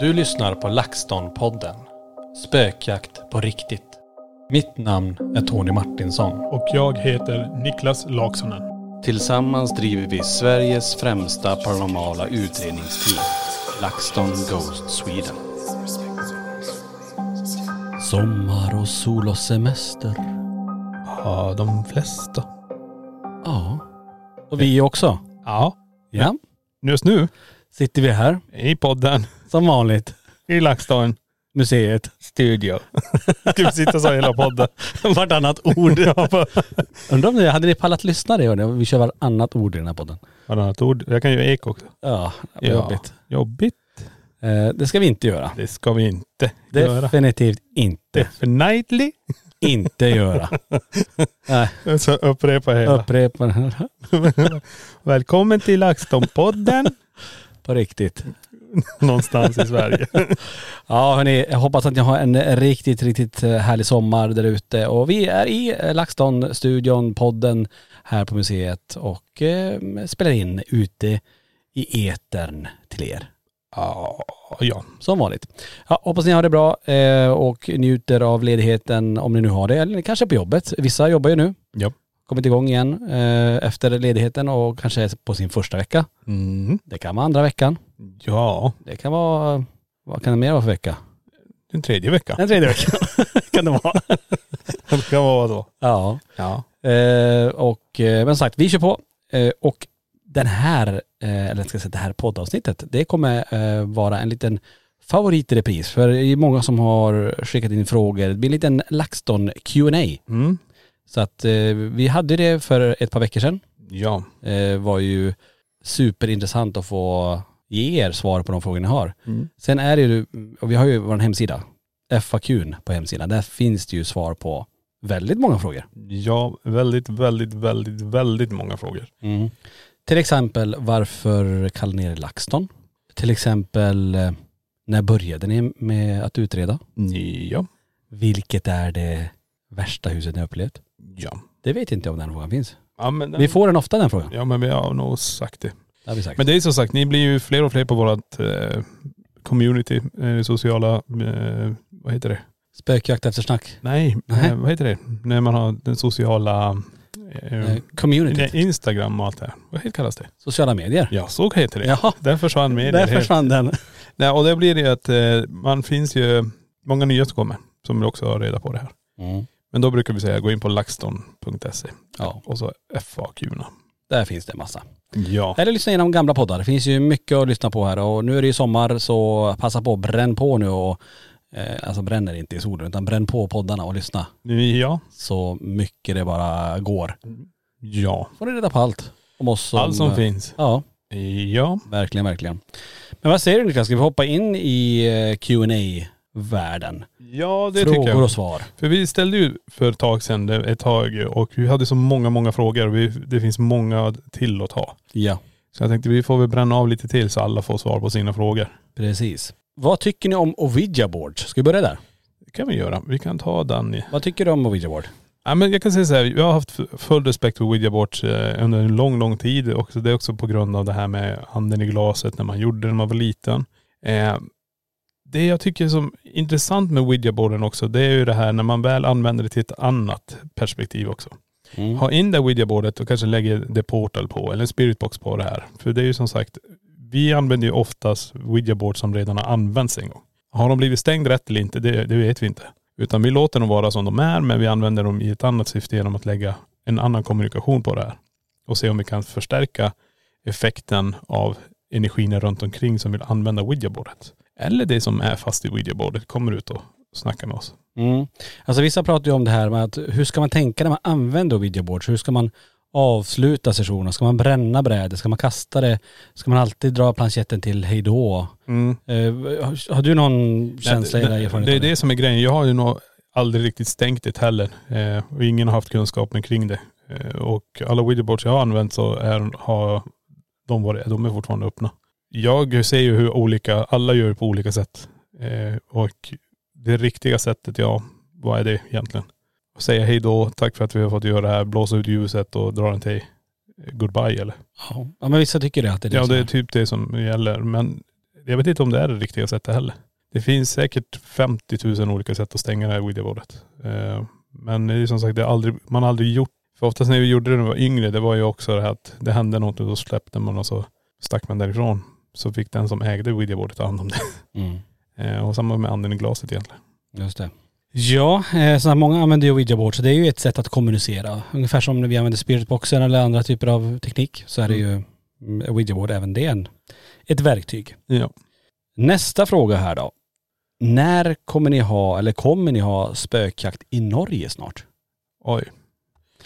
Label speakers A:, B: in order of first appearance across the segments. A: Du lyssnar på LaxTon-podden. Spökjakt på riktigt. Mitt namn är Tony Martinsson.
B: Och jag heter Niklas Laksonen.
C: Tillsammans driver vi Sveriges främsta paranormala utredningsteam, LaxTon Ghost Sweden.
A: Sommar och sol och semester.
B: Ja, de flesta.
A: Ja. Och vi också.
B: Ja.
A: Ja.
B: Just nu,
A: Sitter vi här,
B: i podden,
A: som vanligt.
B: i LaxTon
A: Museet.
B: studio. Ska vi Typ sitta så hela podden?
A: Vartannat ord. Undrar om ni, hade ni pallat lyssna det? hörni? Vi kör vartannat ord i den här podden.
B: Varannat ord. Jag kan ju eko också.
A: Ja, vad jobbigt.
B: Jobbigt.
A: Eh, det ska vi inte göra.
B: Det ska vi inte göra.
A: Definitivt inte.
B: Definitely.
A: Inte göra. Nej,
B: Så upprepa hela.
A: upprepa den här.
B: Välkommen till LaxTon-podden.
A: På riktigt.
B: Någonstans i Sverige.
A: Ja hörni, jag hoppas att ni har en riktigt, riktigt härlig sommar där ute. Och vi är i LaxTon-studion, podden här på museet och eh, spelar in ute i etern till er.
B: Ja, ja.
A: Som vanligt. Ja, hoppas ni har det bra eh, och njuter av ledigheten om ni nu har det. Eller kanske på jobbet. Vissa jobbar ju nu.
B: Ja.
A: Kommit igång igen eh, efter ledigheten och kanske är på sin första vecka.
B: Mm.
A: Det kan vara andra veckan.
B: Ja,
A: Det kan vara, vad kan det mer vara för vecka?
B: den tredje veckan.
A: Den tredje veckan kan det vara.
B: Det kan vara så.
A: Ja.
B: Ja.
A: Eh, och, eh, men som sagt, vi kör på. Eh, och den här, eh, eller jag ska säga det här poddavsnittet, det kommer eh, vara en liten favorit i repris. För det är många som har skickat in frågor. Det blir en liten LaxTon Q&A
B: Mm.
A: Så att eh, vi hade det för ett par veckor sedan.
B: Ja.
A: Eh, var ju superintressant att få ge er svar på de frågor ni har.
B: Mm.
A: Sen är det ju, och vi har ju vår hemsida, FAQn på hemsidan. Där finns det ju svar på väldigt många frågor.
B: Ja, väldigt, väldigt, väldigt, väldigt många frågor.
A: Mm. Till exempel varför kallar ni er LaxTon? Till exempel eh, när började ni med att utreda?
B: Ja.
A: Vilket är det värsta huset ni har upplevt?
B: Ja.
A: Det vet inte jag om den frågan finns.
B: Ja men, den,
A: Vi får den ofta den frågan.
B: ja men vi har nog sagt det.
A: Det har vi sagt.
B: Men det är som sagt, ni blir ju fler och fler på vårat eh, community, eh, sociala, eh, vad heter det?
A: Spökjakt efter snack.
B: Nej,
A: Nej.
B: Eh, vad heter det? När man har den sociala.. Eh,
A: Eh, Community.
B: nej, Instagram och allt det här. Vad heter- kallas det?
A: Sociala medier.
B: Ja, så heter det.
A: Jaha.
B: Den försvann med
A: Där
B: det helt.
A: försvann den.
B: Nej, och det blir det ju att eh, man finns ju många nya som kommer, som också har reda på det här.
A: Mm.
B: Men då brukar vi säga gå in på laxton.se
A: Ja,
B: och så FAQ-erna.
A: där finns det en massa.
B: Ja.
A: Eller lyssna igenom gamla poddar. Det finns ju mycket att lyssna på här och nu är det ju sommar så passa på, bränn på nu och eh, alltså bränner inte i solen utan bränn på poddarna och lyssna.
B: Ja.
A: så mycket det bara går.
B: Ja.
A: Får ni reda på allt om oss.
B: Allt som finns.
A: Ja,
B: Ja.
A: verkligen, verkligen. Men vad säger du Niklas, ska vi hoppa in i eh, qa världen
B: Ja det tycker
A: Frågor
B: jag.
A: och svar.
B: För vi ställde ju för ett tag sedan, det- ett tag, och vi hade så många, många frågor. Vi, det finns många till att ta.
A: Ja,
B: Så jag tänkte vi får väl bränna av lite till så alla får svar på sina frågor.
A: precis. Vad tycker ni om Ouija board? Ska vi börja där?
B: Det kan vi göra. Vi kan ta Danny.
A: Vad tycker du om Ouija board?
B: Ja, men jag kan säga så här, jag har haft full respekt för Ouija boards eh, under en lång, lång tid. Också, det är också på grund av det här med handen i glaset när man gjorde det när man var liten. Eh, det jag tycker som är intressant med Ouija boarden också, det är ju det här när man väl använder det till ett annat perspektiv också.
C: Mm.
B: Ha in det Ouija bordet och kanske lägger The Portal på eller en spiritbox på det här. För det är ju som sagt, vi använder ju oftast Ouija board som redan har använts en gång. Har de blivit stängd rätt eller inte, det, det vet vi inte. Utan vi låter dem vara som de är, men vi använder dem i ett annat syfte genom att lägga en annan kommunikation på det här. Och se om vi kan förstärka effekten av energierna runt omkring som vill använda Ouija bordet. Eller det som är fast i Ouija bordet kommer ut och snackar med oss.
A: Mm. Alltså vissa pratar ju om det här med att hur ska man tänka när man använder Ouija boards? Hur ska man avsluta sessionen? Ska man bränna brädet? Ska man kasta det? Ska man alltid dra planchetten till hejdå? Eh, har- har du någon känsla
B: Nej,
A: eller
B: det,
A: erfarenhet
B: det är
A: av det?
B: det som är grejen. Jag har ju nog aldrig riktigt stängt det heller. Eh, och ingen har haft kunskapen kring det. Eh, och alla widgetboards jag har använt så är, har de, varit, de är fortfarande öppna. Jag ser ju hur olika, alla gör på olika sätt. Eh, och det riktiga sättet, ja, vad är det egentligen? Att säga hej då, tack för att vi har fått göra det här, blåsa ut ljuset och dra den till eh, goodbye eller?
A: Ja. ja men vissa tycker det att det är det
B: Ja
A: som
B: det är
A: är.
B: typ det som gäller. Men jag vet inte om det är det riktiga sättet heller. Det finns säkert 50 000 olika sätt att stänga det här Ouija-bordet. Eh, Men det är ju som sagt, det är aldrig, man har aldrig gjort. För oftast när vi gjorde det när vi var yngre, det var ju också det här att det hände något och då släppte man och så stack man därifrån. Så fick den som ägde Ouija-bordet ta hand om det.
A: Mm.
B: Eh, Och samma med anden i glaset egentligen.
A: Just det. Ja, eh, så här, många använder ju Ouija board, så det är ju ett sätt att kommunicera. Ungefär som när vi använder spiritboxen eller andra typer av teknik så är det ju mm, Ouija board även det är en, ett verktyg.
B: Ja.
A: Nästa fråga här då. När kommer ni ha, eller kommer ni ha spökjakt i Norge snart?
B: Oj.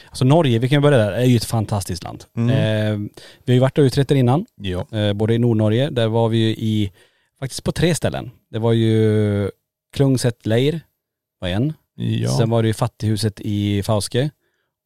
A: Alltså Norge, vi kan ju börja där, är ju ett fantastiskt land.
B: Mm.
A: Eh, vi har ju varit och utrett det innan,
B: Ja.
A: eh, både i Nordnorge, där var vi ju i, faktiskt på tre ställen. Det var ju Klungset Leir, var en.
B: Ja.
A: Sen var det ju Fattighuset i Fauske.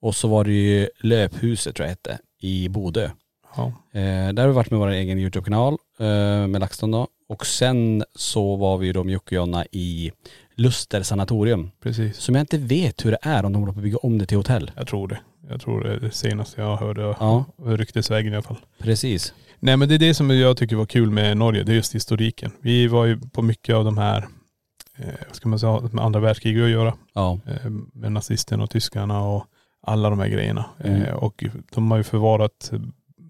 A: Och så var det ju Löphuset tror jag hette, i Bodö.
B: ja.
A: Eh, där har vi varit med vår egen YouTube-kanal eh, med LaxTon då. Och sen så var vi ju då med Jocke och Jonna i Luster sanatorium.
B: Precis.
A: Som jag inte vet hur det är om de håller på att bygga om det till hotell.
B: Jag tror det. Jag tror det är det senaste jag hörde.
A: Ja,
B: Ryktesvägen i alla fall.
A: precis.
B: Nej men det är det som jag tycker var kul med Norge, det är just historiken. Vi var ju på mycket av de här, eh, vad ska man säga, med andra världskriget att göra.
A: Ja,
B: Eh, med nazisterna och tyskarna och alla de här grejerna.
A: Mm.
B: Eh, och de har ju förvarat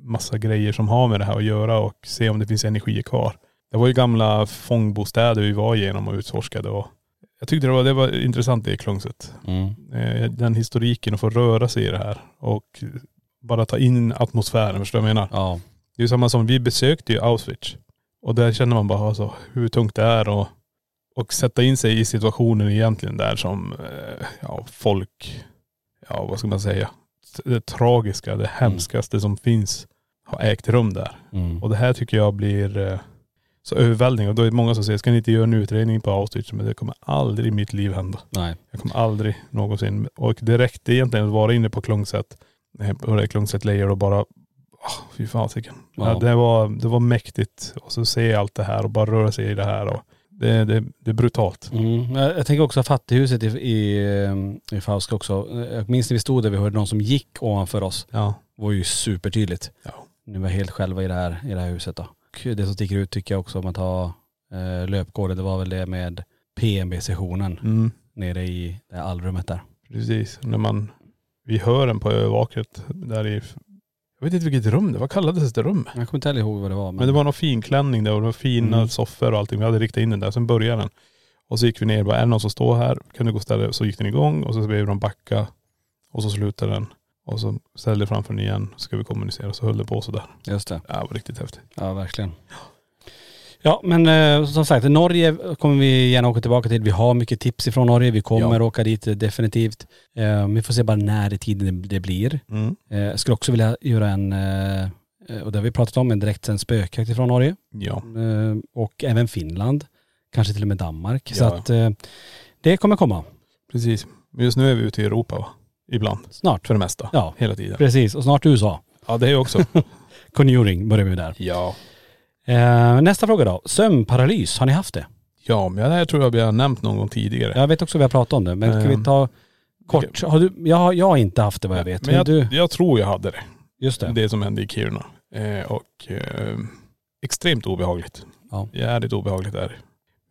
B: massa grejer som har med det här att göra och se om det finns energier kvar. Det var ju gamla fångbostäder vi var igenom och utforskade och jag tyckte det var, det var intressant det i Klungset
A: mm.
B: eh, den historiken och få röra sig i det här. Och bara ta in atmosfären, förstår du vad jag menar?
A: ja,
B: Det är ju samma som, vi besökte ju Auschwitz. Och där känner man bara alltså, hur tungt det är och, och sätta in sig i situationen egentligen där som eh, ja, folk, ja vad ska man säga, det tragiska, det hemskaste som finns har ägt rum där.
A: mm.
B: Och det här tycker jag blir eh, så överväldigande. Och då är det många som säger, ska ni inte göra en utredning på Auschwitz? Men det kommer aldrig i mitt liv hända.
A: nej.
B: Jag kommer aldrig någonsin, och det räckte egentligen att vara inne på Klungset, eh, på det Klungset Layer och bara, oh, fy fasiken.
A: Ja.
B: Ja, det, var, det var mäktigt. Och så se allt det här och bara röra sig i det här. Och det, det, det är brutalt.
A: Mm. Jag jag tänker också fattighuset i, i, eh, i Fauske också. Jag minns när vi stod där, vi hörde någon som gick ovanför oss.
B: Ja.
A: Det var ju supertydligt.
B: Ja.
A: Nu var jag helt själva i det här, i det här huset då. Och det som sticker ut tycker jag också om att ha eh, löpgården, det var väl det med PMB-sessionen.
B: Mm,
A: nere i det här allrummet där.
B: precis. När man, vi hör den på övervakret där i, jag vet inte vilket rum det var. Vad kallades det rummet?
A: Jag kommer inte heller ihåg vad det var. Men,
B: Men det var någon fin klänning där och det var fina
A: Mm.
B: soffor och allting. Vi hade riktat in den där. Sen började den. Och så gick vi ner och bara, är det någon som står här? Kan du gå och ställa dig?" Så gick den igång och så blev de backa. Och så slutade den. Och så ställde jag framför den igen. Så ska vi kommunicera. Så höll det på sådär.
A: Just det.
B: Ja, det var riktigt häftigt.
A: Ja, verkligen. Ja, men eh, som sagt, Norge kommer vi gärna åka tillbaka till. Vi har mycket tips ifrån Norge. Vi kommer åka dit eh, definitivt. Eh, vi får se bara när i tiden det- det blir. Eh, jag skulle också vilja göra en, eh, eh, och det har vi pratat om, en direktsänd spökjakt ifrån Norge.
B: Ja.
A: Eh, och även Finland. Kanske till och med Danmark. Så
B: Ja.
A: att eh, det kommer komma
B: Precis. Men just nu är vi ute i Europa va? Ibland.
A: snart.
B: För det mesta.
A: Ja,
B: Hela tiden.
A: precis. Och snart USA.
B: Ja det är också.
A: Conjuring börjar vi där.
B: ja.
A: Eh, nästa fråga då. Sömnparalys, har ni haft det?
B: Ja men det här tror jag vi har nämnt någon gång tidigare.
A: Jag vet också vi har pratat om det, men ska
B: Ehm.
A: vi ta Kort, har du, jag, har- jag har inte haft det vad jag vet.
B: Men
A: Men
B: jag,
A: du,
B: jag tror jag hade det.
A: just det.
B: Det som hände i Kiruna. Eh, och eh, extremt obehagligt.
A: Ja.
B: Jävligt obehagligt där.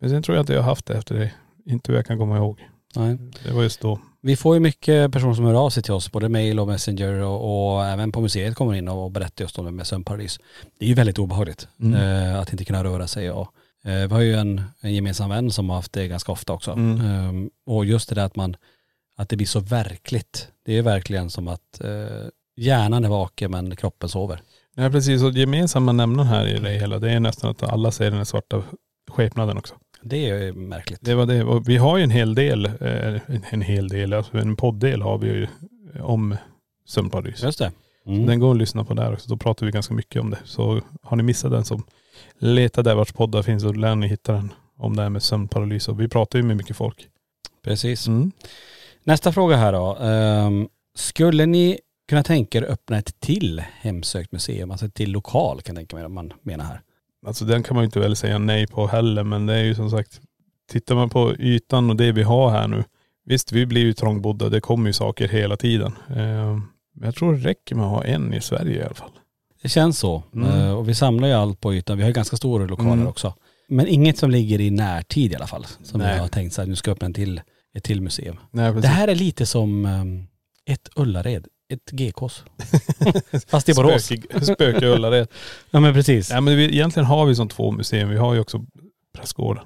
B: Men sen tror jag inte jag har haft det efter det. Inte hur jag kan komma ihåg.
A: Nej.
B: Det var just då.
A: Vi får ju mycket personer som hör av sig till oss, både mail och messenger och, och även på museet kommer in och berättar just om det med sömnparalys. Det är ju väldigt obehagligt
B: Mm.
A: eh, att inte kunna röra sig. Och, eh, vi har ju en, en gemensam vän som har haft det ganska ofta också.
B: Mm.
A: Ehm, och just det där att, man, att det blir så verkligt. Det är verkligen som att eh, hjärnan är vaken men kroppen sover.
B: Ja precis, och gemensamma nämnaren här i det hela det är nästan att alla ser den här svarta skepnaden också.
A: Det är ju märkligt.
B: Det var det. Och vi har ju en hel del, eh, en- en hel del, alltså en poddel har vi ju eh, om sömnparalys.
A: Just det. Mm.
B: Den går att lyssna på där också. Då pratar vi ganska mycket om det. Så har ni missat den så leta där vars poddar finns och lär ni hitta den. Om det här med sömnparalys. Och vi pratar ju med mycket folk.
A: Precis.
B: Mm.
A: Nästa fråga här då. Ehm, skulle ni kunna tänka er öppna ett till hemsökt museum, alltså ett till lokal kan jag tänka mig att man menar här.
B: Alltså den kan man ju inte väl säga nej på heller. Men det är ju som sagt, tittar man på ytan och det vi har här nu. Visst vi blir ju trångbodda. Det kommer ju saker hela tiden. Eh, Men jag tror det räcker med att ha en i Sverige i alla fall.
A: Det känns så.
B: Mm.
A: Eh, och vi samlar ju allt på ytan. Vi har ju ganska stora lokaler
B: Mm.
A: också. Men inget som ligger i närtid i alla fall. Som
B: Nej.
A: jag har tänkt så här, nu ska jag öppna en till, ett till museum.
B: Nej precis.
A: Det här är lite som ehm, ett Ullared, ett GKs. Fast i Borås.
B: Spöke Ullared.
A: Ja men precis.
B: Nej men vi, egentligen har vi som två museer. Vi har ju också Prästgården.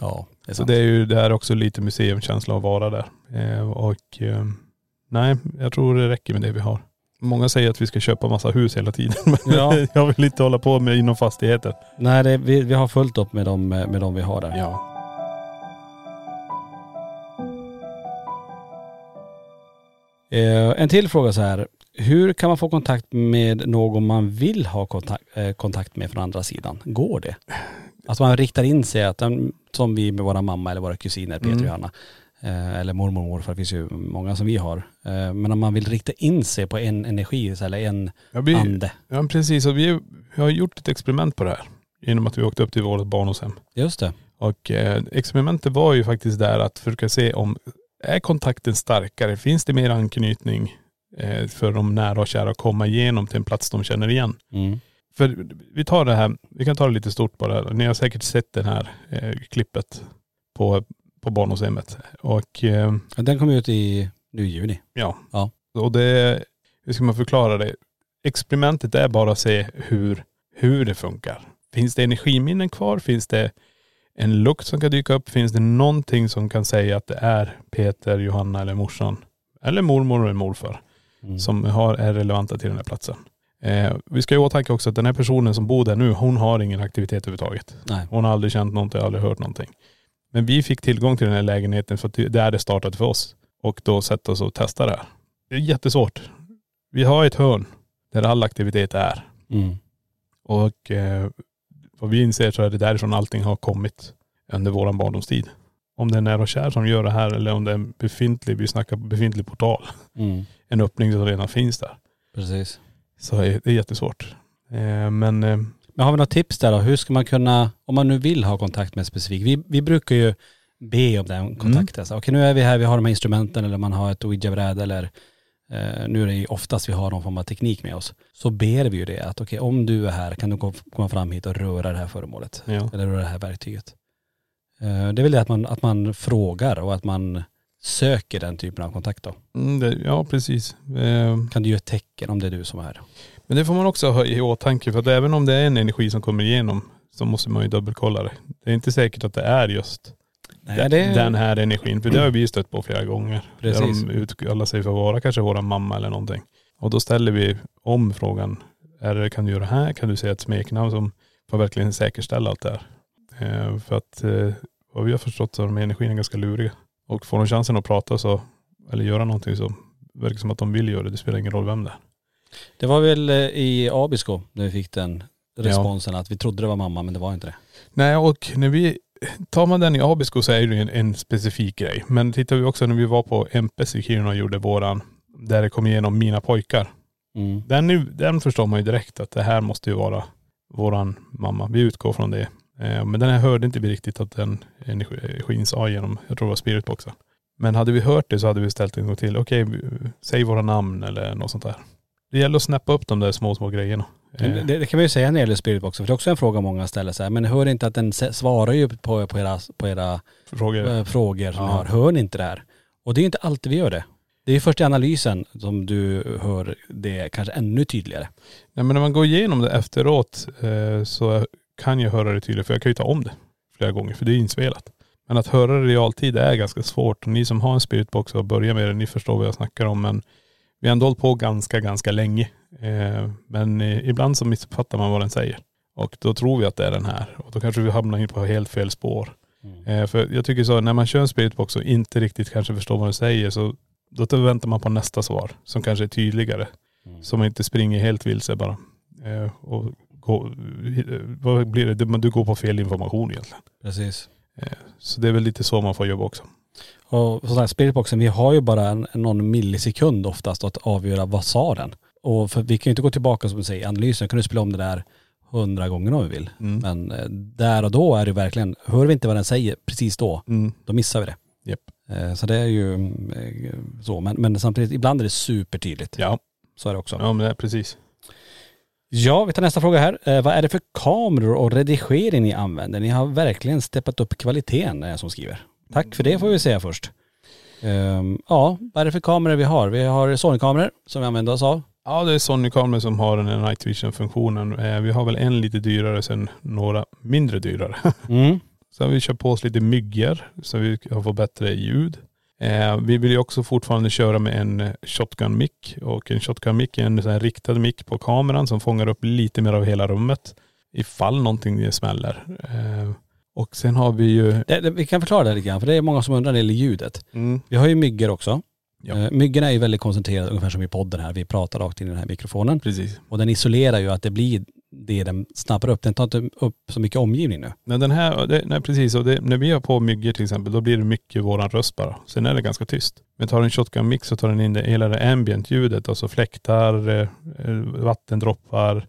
A: Ja, det är
B: Så
A: sant.
B: det är ju där också lite museumkänsla att vara där. Eh, och eh, nej, jag tror det räcker med det vi har. Många säger att vi ska köpa massa hus hela tiden. Men
A: Ja.
B: jag vill inte hålla på med inom fastigheten.
A: Nej, det, vi, vi har fullt upp med dem, med dem vi har där.
B: Ja.
A: Eh, en till fråga så här. Hur kan man få kontakt med någon man vill ha kontakt, eh, kontakt med från andra sidan? Går det? Att man riktar in sig, att den, som vi med våra mamma eller våra kusiner Peter och
B: Mm.
A: Hanna, eh, eller mormor och morfar, det finns ju många som vi har. Eh, men om man vill rikta in sig på en energi så här, eller en
B: Ja, vi,
A: ande.
B: ja men precis. Och vi, vi har gjort ett experiment på det här. Genom att vi åkte upp till vårt barndomshem.
A: Just det.
B: Och eh, experimentet var ju faktiskt där att försöka se om, är kontakten starkare? Finns det mer anknytning eh, för de nära och kära att komma igenom till en plats de känner igen?
A: Mm.
B: För vi tar det här, vi kan ta det lite stort bara. Ni har säkert sett det här eh, klippet på, på barndomshemmet. Och eh,
A: Ja, Den kom ut i nu i juni.
B: ja.
A: Ja.
B: och det, hur ska man förklara det? Experimentet är bara att se hur, hur det funkar. Finns det energiminnen kvar? Finns det en lukt som kan dyka upp? Finns det någonting som kan säga att det är Peter, Johanna eller morsan? Eller mormor eller morfar?
A: Mm.
B: som har, är relevanta till den här platsen. Eh, vi ska ju ha i åtanke också att den här personen som bor där nu, hon har ingen aktivitet överhuvudtaget.
A: Nej.
B: Hon har aldrig känt någonting, aldrig hört någonting. Men vi fick tillgång till den här lägenheten för att det där det startade för oss. Och då sätta oss och testa det här. Det är jättesvårt. Vi har ett hörn där all aktivitet är.
A: Mm.
B: Och eh, vad vi inser så är det därifrån allting har kommit under våran barndomstid. Om det är nära och kär som gör det här eller om det är en befintlig, vi snackar befintlig portal,
A: Mm.
B: en öppning som redan finns där.
A: Precis.
B: Så är- det är jättesvårt. Eh, Men eh,
A: Men har vi några tips där då? Hur ska man kunna, om man nu vill ha kontakt med en specifik, vi, vi brukar ju be om den kontakten. Så, Okej nu är vi här, vi har de här instrumenten eller man har ett ouija-bräde eller eh, nu är det ju oftast vi har någon form av teknik med oss. Så ber vi ju det att okej om du är här kan du kom- komma fram hit och röra det här föremålet.
B: ja.
A: Eller röra det här verktyget. Eh, det är väl det att man, att man frågar och att man söker den typen av kontakt då.
B: Mm, det, ja precis. Eh,
A: Kan du ge ett tecken om det är du som är här?
B: Men det får man också ha i åtanke för att även om det är en energi som kommer igenom så måste man ju dubbelkolla det. Det är inte säkert att det är just
A: Nej,
B: den här energin. För det har vi ju stött på flera gånger.
A: Precis.
B: Där de utkallar sig för att vara kanske våran mamma eller någonting. Och då ställer vi om frågan. Är det, kan du göra det här? Kan du säga ett smeknamn som får verkligen säkerställa allt det här? Eh, för att eh, vad vi har förstått så är de här energierna ganska luriga. Och får de chansen att prata så, eller göra någonting så verkar det som att de vill göra det. Det spelar ingen roll vem det är.
A: Det var väl eh, i Abisko när vi fick den responsen att vi trodde det var mamma men det var inte det.
B: Nej och när vi, tar man den i Abisko så är det ju en, en specifik grej. Men tittar vi också när vi var på MPS i Kiruna och gjorde våran, där det kom igenom mina pojkar.
A: Mm.
B: Den, är- den förstår man ju direkt att det här måste ju vara våran mamma. Vi utgår från det. Eh, Men den här hörde inte vi riktigt att den energin sa genom, jag tror det var spiritboxen. Men hade vi hört det så hade vi ställt en gång till. Okej, vi- säg våra namn eller något sånt där. Det gäller att snappa upp de där små, små grejerna. Eh,
A: Det, det kan man ju säga när det gäller spiritboxen, för det är också en fråga många ställer sig. Men hör inte att den se- svarar ju på, på era, på era
B: frågor.
A: eh, frågor som ni
B: Ja.
A: har. Hör ni inte det här? Och det är ju inte alltid vi gör det. Det är ju först i analysen som du hör det kanske ännu tydligare.
B: Nej, men när man går igenom det efteråt eh, så kan jag höra det tydligt. För jag kan ju ta om det flera gånger för det är inspelat. Men att höra det i realtid är ganska svårt. Och ni som har en spiritbox och börjar med det, ni förstår vad jag snackar om. Men vi har ändå hållit på ganska, ganska länge. Eh, men eh, ibland så missuppfattar man vad den säger. Och då tror vi att det är den här. Och då kanske vi hamnar in på helt fel spår. Eh, för jag tycker så, när man kör en spiritbox och inte riktigt kanske förstår vad den säger så då väntar man på nästa svar som kanske är tydligare. Så man inte springer helt vilse bara. Eh, och går, eh, vad blir det? Du, men du går på fel information egentligen.
A: Precis.
B: Så det är väl lite så man får jobba också.
A: Och sådana här spiritboxen, vi har ju bara en, någon millisekund oftast att avgöra vad sa den. Och för vi kan ju inte gå tillbaka som du säger i analysen, kan du spela om det där hundra gånger om vi vill.
B: Mm.
A: Men eh, där och då är det verkligen, hör vi inte vad den säger precis då,
B: Mm.
A: då missar vi det.
B: Japp.
A: Eh, Så det är ju mm, eh, så. Men, men samtidigt, ibland är det supertydligt.
B: Ja,
A: Så är det också.
B: ja men det är precis.
A: Ja, vi tar nästa fråga här. Eh, vad är det för kameror och redigering ni använder? Ni har verkligen steppat upp kvaliteten, är det som skriver. Tack för det får vi säga först. Ehm, ja, vad är det för kameror vi har? Vi har Sony-kameror som vi använder oss av.
B: Ja det är Sony-kameror som har den här night vision-funktionen. Eh, vi har väl en lite dyrare sen några mindre dyrare.
A: Mm.
B: Sen har vi köpt på oss lite myggor så vi kan få bättre ljud. Eh, vi vill ju också fortfarande köra med en eh, shotgun mick och en shotgun mick är en sån här riktad mick på kameran som fångar upp lite mer av hela rummet ifall någonting smäller. Eh, och sen har vi ju..
A: Det, det, vi kan förklara det här lite grann, för det är många som undrar när det gäller ljudet.
B: Mm,
A: Vi har ju myggor också.
B: Ja.
A: Eh, Myggorna är ju väldigt koncentrerade, ungefär som i podden här. Vi pratar rakt in i den här mikrofonen.
B: precis.
A: Och den isolerar ju att det blir det den snappar upp. Den tar inte upp så mycket omgivning nu.
B: Men den här, det, nej, precis. Och det, när vi har på myggor till exempel då blir det mycket våran röst bara. Sen är det ganska tyst. Men tar en shotgun mick så tar den in det, hela det ambient ljudet, alltså fläktar, eh, eh, vattendroppar,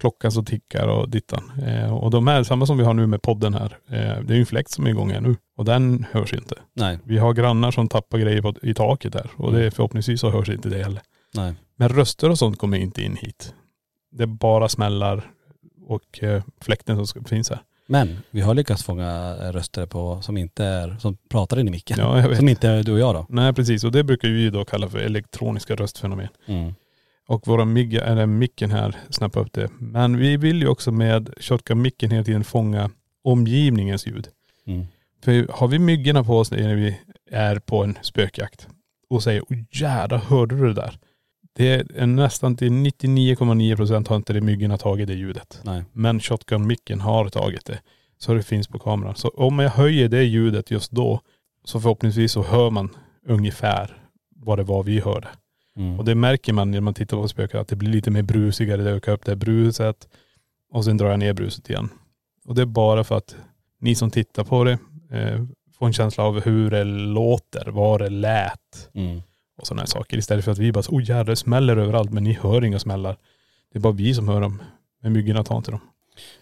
B: klockan som tickar och dittan. Eh, och de här, samma som vi har nu med podden här, eh, det är ju en fläkt som är igång här nu och den hörs inte.
A: Nej,
B: Vi har grannar som tappar grejer på, i taket här och det, förhoppningsvis så hörs inte det heller.
A: nej.
B: Men röster och sånt kommer inte in hit. Det är bara smällar och eh, fläkten som ska- finns här.
A: Men vi har lyckats fånga röster på, som inte är, som pratar in i micken.
B: Ja, jag vet.
A: som inte är du och jag då.
B: Nej precis och det brukar vi ju då kalla för elektroniska röstfenomen.
A: Mm.
B: Och våra mig, eller micken här snappar upp det. Men vi vill ju också med shotgun-micken hela tiden fånga omgivningens ljud.
A: Mm.
B: För har vi myggorna på oss när vi är på en spökjakt och säger åh jädrar hörde du det där? Det är nästan till 99,9 procent har inte det myggorna tagit det ljudet.
A: Nej.
B: Men shotgun-micken har tagit det. Så det finns på kameran. Så om jag höjer det ljudet just då så förhoppningsvis så hör man ungefär vad det var vi hörde.
A: Mm.
B: Och det märker man när man tittar på spöken att det blir lite mer brusigare. Det ökar upp det här bruset och sen drar jag ner bruset igen. Och det är bara för att ni som tittar på det eh, får en känsla av hur det låter, vad det lät
A: Mm.
B: och sådana här saker. Istället för att vi bara så, oh jävlar det smäller överallt men ni hör inga smällar. Det är bara vi som hör dem. Men myggorna tar inte dem.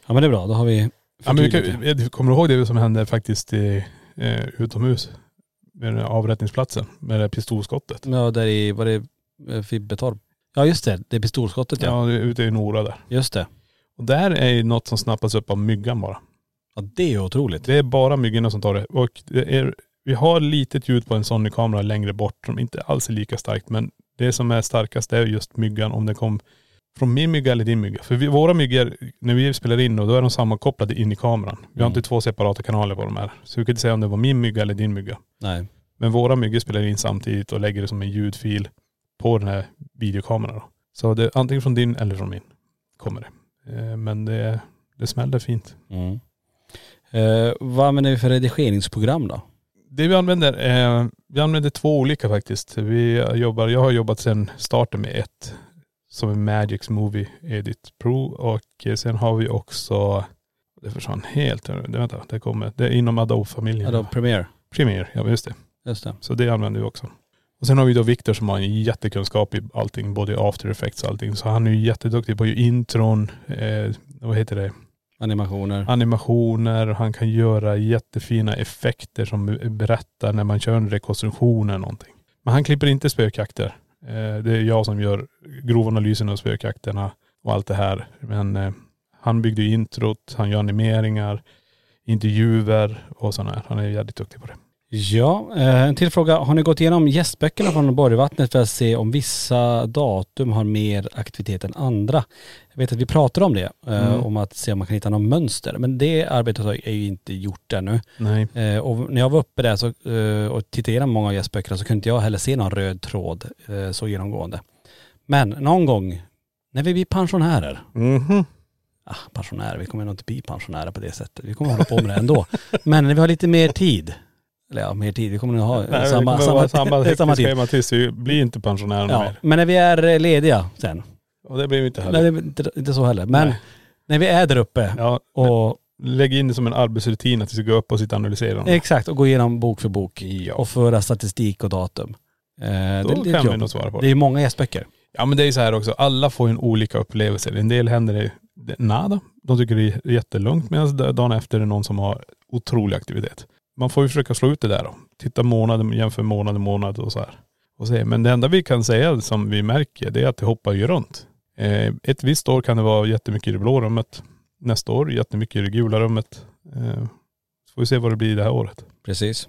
A: Ja men det är bra, då har vi
B: Ja, men du
A: förtydligat
B: kan,
A: det.
B: jag kommer du ihåg det som hände faktiskt i, eh, utomhus? Med den här avrättningsplatsen med det här pistolskottet.
A: Ja där i, var det eh, Fibbetorp? Ja just det, det är pistolskottet ja.
B: Ja, det är ute i Nora där.
A: Just det.
B: Och där är ju något som snappas upp av myggan bara.
A: Ja det är otroligt.
B: Det är bara myggorna som tar det. Och det är, vi har litet ljud på en Sony-kamera längre bort som inte alls är lika starkt. Men det som är starkast är just myggan om den kom från min mygga eller din mygga. För vi, våra myggor, när vi spelar in då, då är de sammankopplade in i kameran. Vi har
A: Mm.
B: inte två separata kanaler på de här. Så vi kan inte säga om det var min mygga eller din mygga.
A: Nej.
B: Men våra myggor spelar in samtidigt och lägger det som en ljudfil på den här videokameran. Då. Så det är antingen från din eller från min kommer det. Eh, Men det, det smäller fint.
A: Mm. Eh, vad använder vi för redigeringsprogram då?
B: Det vi använder, eh, vi använder två olika faktiskt. Vi jobbar, jag har jobbat sedan starten med ett som är Magics Movie Edit Pro och eh, sen har vi också, det försvann helt, det, vänta, det kommer, det är inom Adobe-familjen.
A: Adobe Premiere.
B: Premiere, ja just det.
A: Just det.
B: Så det använder vi också. Och sen har vi då Viktor som har en jättekunskap i allting, både i After Effects och allting. Så han är ju jätteduktig på ju intron, eh, vad heter det,
A: Animationer.
B: animationer, han kan göra jättefina effekter som berättar när man kör en rekonstruktion eller någonting. Men han klipper inte spökjakter. Eh, Det är jag som gör grovanalysen av spökjakterna och allt det här. Men eh, han byggde ju introt, han gör animeringar, intervjuer och sådana här. Han är jävligt duktig på det.
A: Ja, eh, en till fråga. Har ni gått igenom gästböckerna från Borgvattnet för att se om vissa datum har mer aktivitet än andra? Jag vet att vi pratade om det, eh,
B: Mm.
A: om att se om man kan hitta något mönster. Men det arbetet har- är ju inte gjort ännu.
B: Nej.
A: Eh, och när jag var uppe där så, eh, och tittade igenom många av gästböckerna så kunde inte jag heller se någon röd tråd eh, så genomgående. Men någon gång, när vi blir pensionärer,
B: Mhm.
A: ah, pensionärer, vi kommer nog inte bli pensionärer på det sättet. Vi kommer hålla på med det ändå. Men när vi har lite mer tid, eller ja, mer tid, vi kommer nog ha
B: Nej, det
A: samma,
B: kommer
A: samma,
B: vara samma,
A: det är samma tid.
B: schema tills vi blir inte pensionärer
A: Ja,
B: mer.
A: men när vi är eh, lediga sen.
B: Och det blir vi inte
A: Nej,
B: heller.
A: det är inte, inte så heller. Men
B: Nej.
A: när vi är där uppe
B: Ja,
A: och,
B: lägg in det som en arbetsrutin att vi ska gå upp och sitta och analysera dem.
A: exakt, och gå igenom bok för bok
B: Ja.
A: och föra statistik och datum. Eh, det,
B: Då
A: det, är ett
B: kan vi
A: jobb.
B: nog svara på
A: det
B: det.
A: är många gästböcker.
B: Ja men det är så här också, alla får ju en olika upplevelser. En del händer det- det nada, de tycker det är jättelugnt medan dagen efter är det någon som har otrolig aktivitet. Man får ju försöka slå ut det där då. Titta månad, jämför månad och månad och så här. Och se. Men det enda vi kan säga som vi märker det är att det hoppar ju runt. Eh, ett visst år kan det vara jättemycket i det blå rummet. Nästa år jättemycket i det gula rummet. Eh, så får vi se vad det blir det här året.
A: Precis.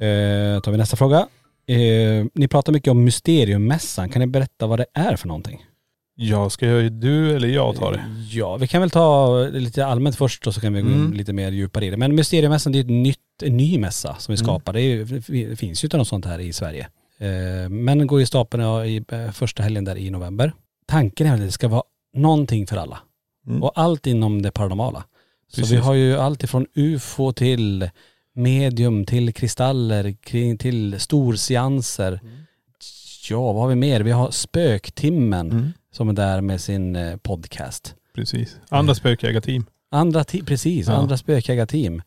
A: Eh, tar vi nästa fråga. Eh, ni pratar mycket om Mysteriummässan. Kan ni berätta vad det är för någonting?
B: Ja, ska jag, du eller jag ta det?
A: Ja, vi kan väl ta lite allmänt först och så kan vi gå in
B: Mm.
A: lite mer djupare i det. Men Mysteriummässan det är ett nytt, en ny mässa som vi
B: Mm.
A: skapar. Det, är, ju- det finns ju inte något sånt här i Sverige. Eh, men den går i stapeln i eh, första helgen där i november. Tanken är att det ska vara någonting för alla.
B: Mm.
A: Och allt inom det paranormala. Så
B: Precis.
A: vi har ju allt ifrån ufo till medium, till kristaller, kring, till storseanser.
B: Mm.
A: Ja, vad har vi mer? Vi har spöktimmen
B: Mm.
A: som är där med sin eh, podcast.
B: Precis. Andra spökjägarteam.
A: Andra, ti- precis,
B: Ja.
A: andra spökjägarteam.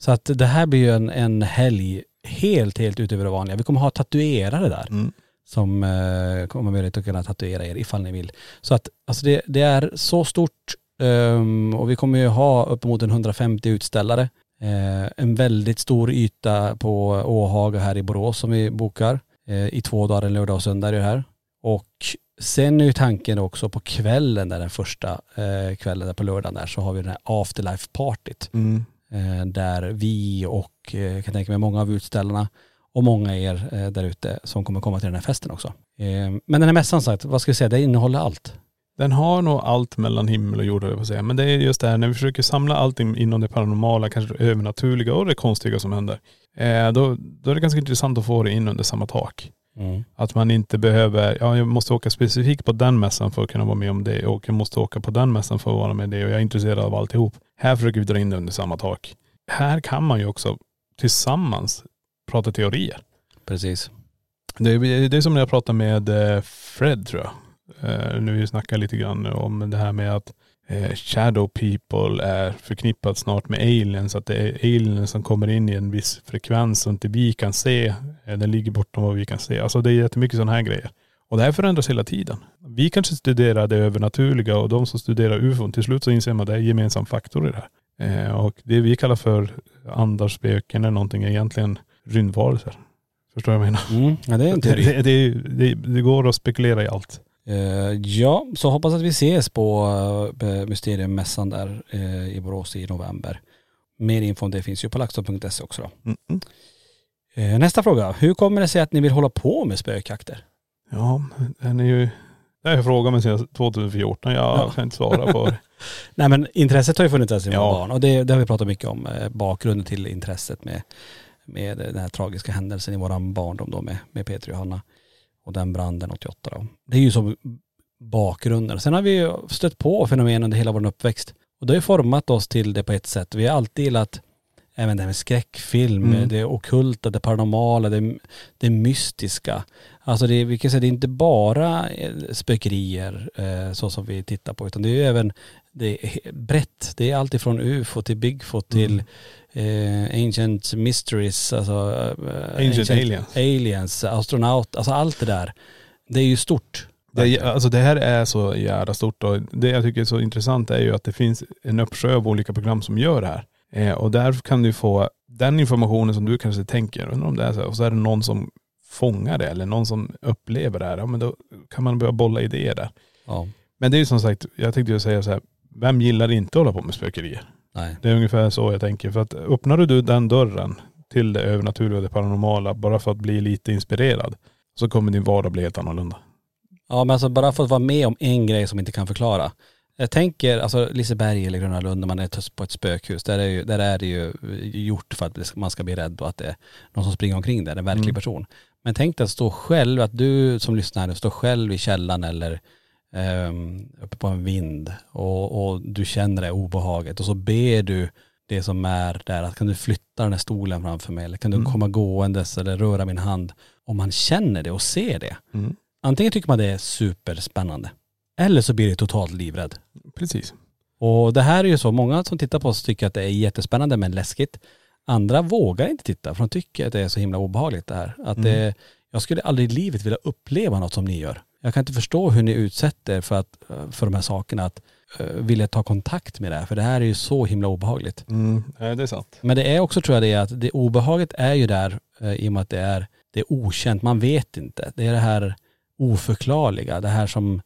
A: Så att det här blir ju en, en helg helt, helt utöver det vanliga. Vi kommer ha tatuerare där
B: Mm.
A: som eh, kommer ha möjlighet att kunna tatuera er ifall ni vill. Så att alltså det, det är så stort ehm, och vi kommer ju ha uppemot en 150 utställare. Eh, en väldigt stor yta på Åhaga här i Borås som vi bokar eh, i två dagar, en lördag och söndag är det här. Och sen är ju tanken också på kvällen där den första eh, kvällen där på lördagen där så har vi den här afterlife-partyt.
B: Mm.
A: Eh, där vi och eh, jag kan tänka mig många av utställarna och många er eh, där ute som kommer komma till den här festen också. Eh, men den här mässan sagt, vad ska vi säga, det innehåller allt.
B: Den har nog allt mellan himmel och jord höll jag på att säga. Men det är just det här när vi försöker samla allting inom det paranormala, kanske det övernaturliga och det konstiga som händer. Eh, då, då är det ganska intressant att få det in under samma tak. Att man inte behöver, ja jag måste åka specifikt på den mässan för att kunna vara med om det och jag måste åka på den mässan för att vara med om det och jag är intresserad av alltihop. Här försöker vi dra in det under samma tak. Här kan man ju också tillsammans prata teorier.
A: Precis.
B: Det är, det är som när jag pratade med eh, Fred tror jag. Eh, Nu vi snackar lite grann om det här med att eh, shadow people är förknippat snart med aliens. Att det är aliens som kommer in i en viss frekvens som inte vi kan se. Eh, Den ligger bortom vad vi kan se. Alltså det är jättemycket sådana här grejer. Och det här förändras hela tiden. Vi kanske studerar det övernaturliga och de som studerar ufon, till slut så inser man att det är en gemensam faktor i det här. Eh, Och det vi kallar för andar, spöken eller någonting är egentligen rymdvarelser. Förstår du vad jag menar?
A: Mm. Ja, det är en
B: Det,
A: teori.
B: det, det, det, det går att spekulera i allt.
A: Eh, ja, så hoppas att vi ses på eh, Mysteriummässan där eh, i Borås i november. Mer info om det finns ju på laxton.se också då.
B: Mm, mm.
A: Eh, Nästa fråga. Hur kommer det sig att ni vill hålla på med spökjakter?
B: Ja, den är ju.. Det har jag frågat mig sedan 2014. Jag
A: Ja.
B: kan inte svara på det.
A: Nej men intresset har ju funnits där sedan vi var
B: Ja.
A: barn och det, det har vi pratat mycket om. eh, Bakgrunden till intresset med, med den här tragiska händelsen i våran barndom då med, med Peter och Johanna. Och den branden 88 då. Det är ju som bakgrunden. Sen har vi ju stött på fenomen under hela vår uppväxt. Och det har ju format oss till det på ett sätt. Vi har alltid gillat även det här med skräckfilm,
B: Mm.
A: det ockulta, det paranormala, det, det mystiska. Alltså det, är- vi kan säga, det är inte bara eh, spökerier eh, så som vi tittar på utan det är ju även det är he- brett. Det är allt ifrån ufo till bigfoot
B: Mm.
A: till eh, ancient mysteries, alltså eh,
B: Ancient aliens.
A: aliens, astronaut, alltså allt det där. Det är ju stort.
B: det är, alltså det här är så jävla stort och det jag tycker är så intressant är ju att det finns en uppsjö av olika program som gör det här. Eh, och där kan du få den informationen som du kanske tänker, undrar om det är så här, och så är det någon som fångar det eller någon som upplever det här. Ja men då kan man börja bolla idéer där.
A: Ja,
B: Men det är ju som sagt, jag tänkte ju säga så här, vem gillar inte att hålla på med spökerier?
A: nej.
B: Det är ungefär så jag tänker. För att öppnar du den dörren till det övernaturliga och det paranormala bara för att bli lite inspirerad så kommer din vardag bli helt annorlunda.
A: Ja men alltså bara för att vara med om en grej som inte kan förklara. Jag tänker, alltså Liseberg eller Gröna Lund när man är t- på ett spökhus, där är, ju, där är det ju eh, gjort för att det ska- man ska bli rädd och att det är någon som springer omkring där, en verklig
B: Mm.
A: person. Men tänk dig att stå själv, att du som lyssnar här nu står själv i källaren eller ehm, uppe på en vind och, och du känner det obehaget och så ber du det som är där, att kan du flytta den här stolen framför mig eller kan du
B: Mm.
A: komma gåendes eller röra min hand. Om man känner det och ser det,
B: Mm.
A: antingen tycker man det är superspännande eller så blir det totalt livrädd.
B: Precis.
A: Och det här är ju så, många som tittar på oss tycker att det är jättespännande men läskigt. Andra vågar inte titta för de tycker att det är så himla obehagligt det här. Att det, jag skulle aldrig i livet vilja uppleva något som ni gör. Jag kan inte förstå hur ni utsätter för, att, för de här sakerna, att uh, vilja ta kontakt med det här. För det här är ju så himla obehagligt.
B: Mm. Nej, det är sant.
A: Men det är också tror jag det är att det obehaget är ju där eh, i och med att det är, det är okänt, man vet inte. Det är det här oförklarliga, det här som,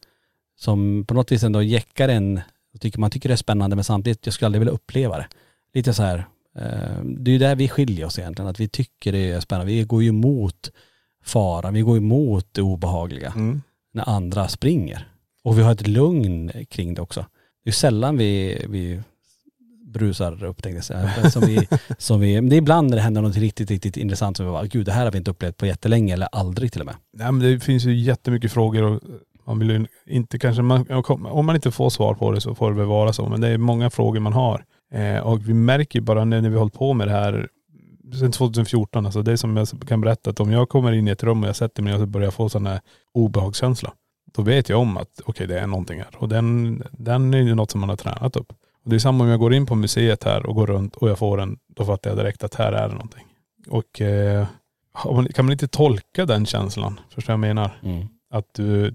A: som på något vis ändå jäckar en, Jag tycker, man tycker det är spännande men samtidigt, jag skulle aldrig vilja uppleva det. Lite så här, eh, det är ju där vi skiljer oss egentligen, att vi tycker det är spännande. Vi går ju emot faran, vi går emot det obehagliga
B: Mm.
A: när andra springer. Och vi har ett lugn kring det också. Det är sällan vi, vi brusar upp tänkte jag säga. Men Som vi, som vi, men det är ibland när det händer något riktigt, riktigt intressant som vi bara, gud det här har vi inte upplevt på jättelänge eller aldrig till och med.
B: Nej men det finns ju jättemycket frågor och man vill ju inte kanske, man, om man inte får svar på det så får det väl vara så. Men det är många frågor man har. Eh, och vi märker ju bara nu när vi har hållit på med det här sedan 2014, alltså det som jag kan berätta att om jag kommer in i ett rum och jag sätter mig och så börjar jag få sådana obehagskänsla. Då vet jag om att okej det är någonting här. Och den, den är ju något som man har tränat upp. Och det är samma om jag går in på museet här och går runt och jag får den, då fattar jag direkt att här är det någonting. Och eh, har man- kan man inte tolka den känslan? Förstår du vad jag menar?
A: Mm.
B: Att du,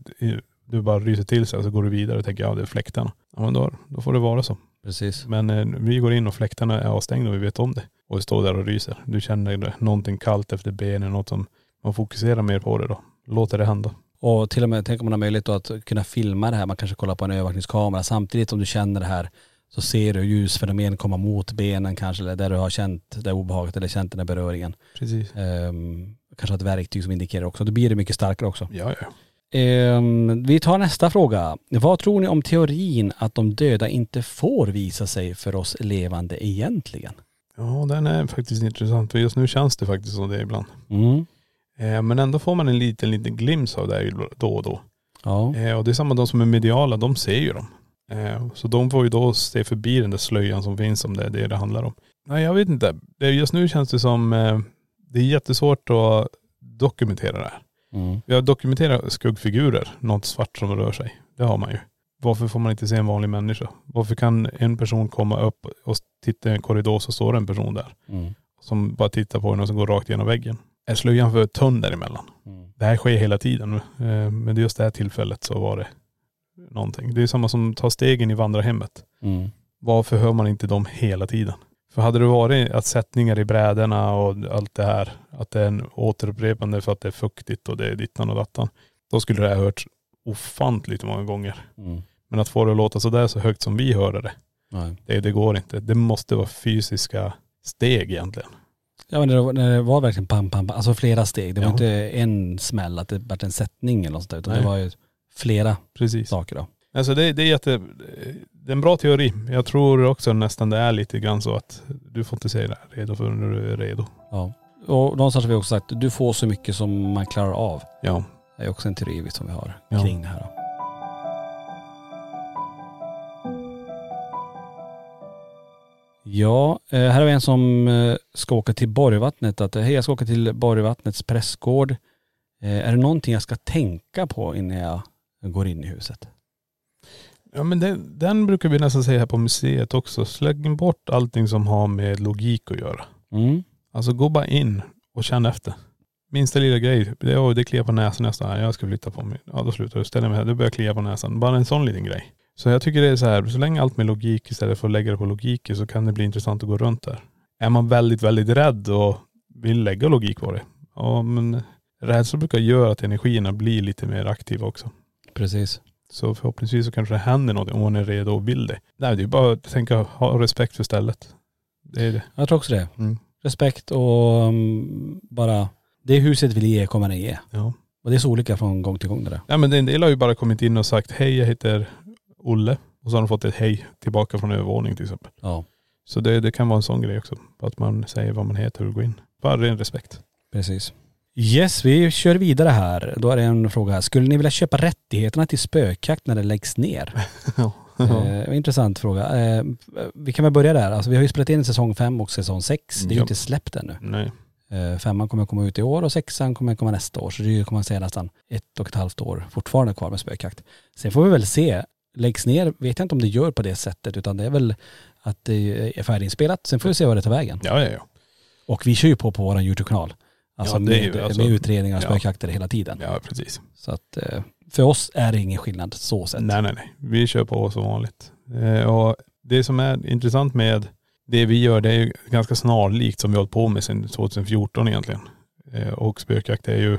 B: du bara ryser till sig och så går du vidare och tänker ja det är fläktarna. Ja men då, då får det vara så.
A: Precis.
B: Men eh, vi går in och fläktarna är avstängda och vi vet om det. Och vi står där och ryser. Du känner det, någonting kallt efter benen, något som man fokuserar mer på det då. Låter det hända.
A: Och till och med, tänk om man har möjlighet då att kunna filma det här, man kanske kollar på en övervakningskamera samtidigt som du känner det här så ser du ljusfenomen komma mot benen kanske, eller där du har känt det obehaget eller känt den här beröringen.
B: Precis.
A: Ehm, kanske ett verktyg som indikerar också, då blir det mycket starkare också.
B: Ja ja.
A: Ehm, vi tar nästa fråga. Vad tror ni om teorin att de döda inte får visa sig för oss levande egentligen?
B: Ja den är faktiskt intressant för just nu känns det faktiskt som det ibland.
A: Mm.
B: Eh, men ändå får man en liten, liten glimt av det här ju då och då.
A: Ja.
B: Eh, och det är samma de som är mediala, de ser ju dem. Eh, så de får ju då se förbi den där slöjan som finns om det är det det handlar om. Nej jag vet inte. Det, just nu känns det som, eh, det är jättesvårt att dokumentera det här.
A: Mm.
B: Jag dokumenterar skuggfigurer, något svart som rör sig. Det har man ju. Varför får man inte se en vanlig människa? Varför kan en person komma upp och titta i en korridor så står det en person där
A: Mm.
B: som bara tittar på en och som går rakt genom väggen? Är slöjan för tunn däremellan?
A: Mm.
B: Det här sker hela tiden. eh, Men det just det här tillfället så var det någonting. Det är samma som tar stegen i vandrarhemmet.
A: Mm.
B: Varför hör man inte dem hela tiden? För hade det varit att sättningar i brädorna och allt det här, att det är en återupprepande för att det är fuktigt och det är dittan och dattan, då skulle det ha hörts ofantligt många gånger.
A: Mm.
B: Men att få det att låta sådär så högt som vi hörde det,
A: Nej.
B: Det, det går inte. Det måste vara fysiska steg egentligen.
A: Ja men det var, när det var verkligen pam, pam, pam, alltså flera steg. Det var
B: Ja.
A: inte en smäll, att det vart en sättning eller något sånt där, utan
B: Nej.
A: det var ju flera
B: Precis.
A: saker då.
B: Alltså det, det är jätte.. Det är en bra teori. Jag tror också nästan det är lite grann så att du får inte säga det här redo förrän du är redo.
A: Ja. Och någonstans har vi också sagt, du får så mycket som man klarar av.
B: Ja.
A: Det är också en teori som vi har
B: Ja.
A: kring det här. Då. Ja, eh, här har vi en som eh, ska åka till Borgvattnet. Att, eh, hej, jag ska åka till Borgvattnets prästgård. Eh, Är det någonting jag ska tänka på innan jag går in i huset?
B: Ja men den, den brukar vi nästan säga här på museet också. Släng bort allting som har med logik att göra.
A: Mm.
B: Alltså gå bara in och känn efter. Minsta lilla grej, det, ja, det kliar på näsan nästan. Ja, Jag ska flytta på mig. Ja då slutar du ställa mig här. Det börjar klia på näsan. Bara en sån liten grej. Så jag tycker det är så här, så länge allt med logik istället för att lägga det på logiken så kan det bli intressant att gå runt där. Är man väldigt, väldigt rädd och vill lägga logik på det. Ja men rädsla brukar göra att energierna blir lite mer aktiva också.
A: Precis.
B: Så förhoppningsvis så kanske det händer något om man är redo och vill det. Nej det är bara att tänka, ha respekt för stället. Det är det.
A: Jag tror också det.
B: Mm.
A: Respekt och mm, bara, det huset vill ge kommer det ge.
B: Ja.
A: Och det är så olika från gång till gång det där.
B: Ja men en del har ju bara kommit in och sagt hej jag heter Olle. Och så har de fått ett hej tillbaka från övervåning till exempel.
A: Ja,
B: Så det, det kan vara en sån grej också. Att man säger vad man heter och går in. Bara ren respekt.
A: precis. Yes, vi kör vidare här. Då är det en fråga här. Skulle ni vilja köpa rättigheterna till spökjakt när det läggs ner?
B: Ja.
A: Eh, intressant fråga. Eh, vi kan väl börja där. Alltså, vi har ju spelat in säsong fem och säsong sex. Det är ju
B: Ja.
A: inte släppt ännu.
B: Nej.
A: Eh, femman kommer komma ut i år och sexan kommer komma nästa år. Så det kommer att säga nästan ett och ett halvt år fortfarande kvar med spökjakt. Sen får vi väl se. Läggs ner vet jag inte om det gör på det sättet utan det är väl att det är färdiginspelat. Sen får vi se vad det tar vägen.
B: Ja ja ja.
A: Och vi kör ju på på vår YouTube-kanal. Alltså,
B: Ja, det är ju-
A: med,
B: alltså-
A: med utredningar och
B: ja.
A: spökjakter hela tiden.
B: Ja precis.
A: Så att eh, för oss är det ingen skillnad så sett.
B: Nej nej nej. Vi kör på som vanligt. Eh, och det som är intressant med det vi gör det är ju ganska snarlikt som vi har hållit på med sedan 2014 egentligen. Eh, och spökjakt är ju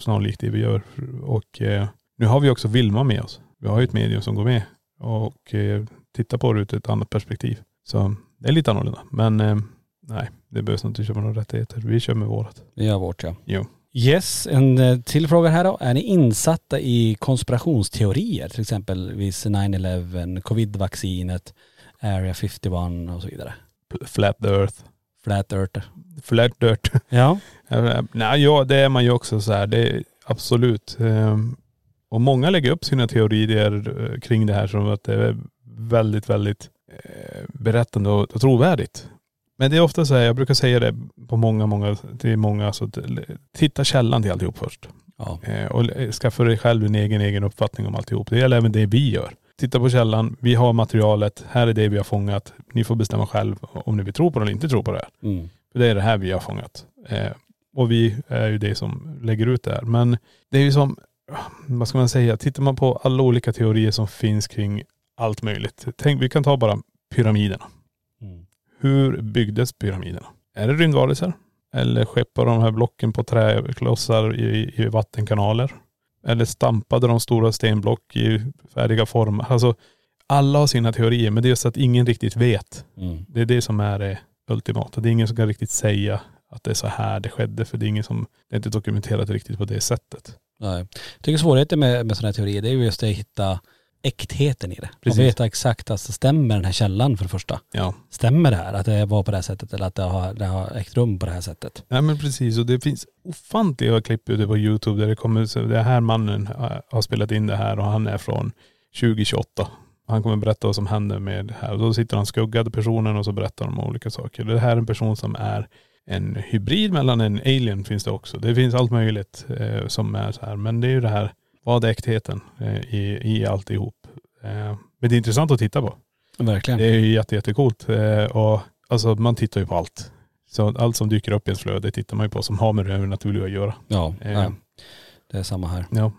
B: snarlikt det vi gör. Och eh, nu har vi också Vilma med oss. Vi har ju ett medium som går med och eh, tittar på det ur ett annat perspektiv. Så det är lite annorlunda. Men eh, nej, det behövs inte köpa några rättigheter. Vi kör med vårat.
A: Vi gör vårt ja.
B: Jo.
A: Yes, en eh, till fråga här då. Är ni insatta i konspirationsteorier? Till exempelvis 9-11, covid-vaccinet, Area 51 och så vidare.
B: P- Flat earth.
A: Flat Earth.
B: Flat dirt.
A: Ja.
B: Eh, Nej, ja, det är man ju också så här. Det är absolut. Ehm, Och många lägger upp sina teorier eh, kring det här som att det är väldigt, väldigt eh, berättande och och trovärdigt. Men det är ofta så här, jag brukar säga det på många, många, till många, så att, eh, titta källan till alltihop först.
A: Ja.
B: Eh, Och eh, skaffa dig själv en egen, egen uppfattning om alltihop. Det gäller även det vi gör. Titta på källan, vi har materialet, här är det vi har fångat. Ni får bestämma själv om ni vill tro på det eller inte tro på det här.
A: Mm.
B: För Det är det här vi har fångat. Eh, och vi är ju det som lägger ut det här. Men det är ju som, vad ska man säga, tittar man på alla olika teorier som finns kring allt möjligt. Tänk, vi kan ta bara pyramiderna.
A: Mm.
B: Hur byggdes pyramiderna? Är det rymdvarelser? Eller skeppade de här blocken på träklossar i, i vattenkanaler? Eller stampade de stora stenblock i färdiga former? Alltså, alla har sina teorier, men det är just att ingen riktigt vet
A: Mm.
B: det är det som är det ultimata. Det är ingen som kan riktigt säga att det är så här det skedde. För det är ingen som, det är inte dokumenterat riktigt på det sättet.
A: Nej. Jag tycker svårigheten med, med sådana här teorier det är ju just det att hitta äktheten i det. Precis.
B: Precis.
A: Man vet exakt, alltså stämmer den här källan för det första?
B: Ja.
A: Stämmer det här att det var på det här sättet eller att det har, det har ägt rum på det här sättet?
B: Nej men precis och det finns ofantliga klipp ute på YouTube där det kommer, så det här mannen eh, har spelat in det här och han är från 2028. Han kommer berätta vad som händer med det här. Och då sitter han skuggad personen och så berättar de om olika saker. Det här är en person som är en hybrid mellan en alien finns det också. Det finns allt möjligt eh, som är så här. Men det är ju det här, vad är äktheten eh, i, i alltihop? Eh, men det är intressant att titta på.
A: Verkligen.
B: Det är ju jätte, jättecoolt. Eh, och alltså man tittar ju på allt. Så allt som dyker upp i ens flöde tittar man ju på som har med det övernaturliga att göra.
A: Ja,
B: Eh.
A: ja. det är samma här.
B: Ja.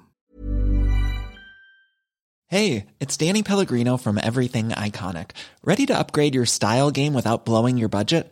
D: Hey, it's Danny Pellegrino from Everything Iconic. Ready to upgrade your style game without blowing your budget?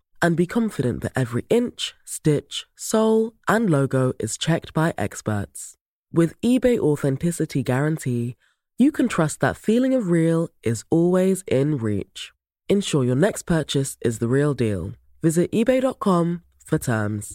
E: and be confident that every inch, stitch, sole, and logo is checked by experts. With eBay Authenticity Guarantee, you can trust that feeling of real is always in reach. Ensure your next purchase is the real deal. Visit eBay.com for terms.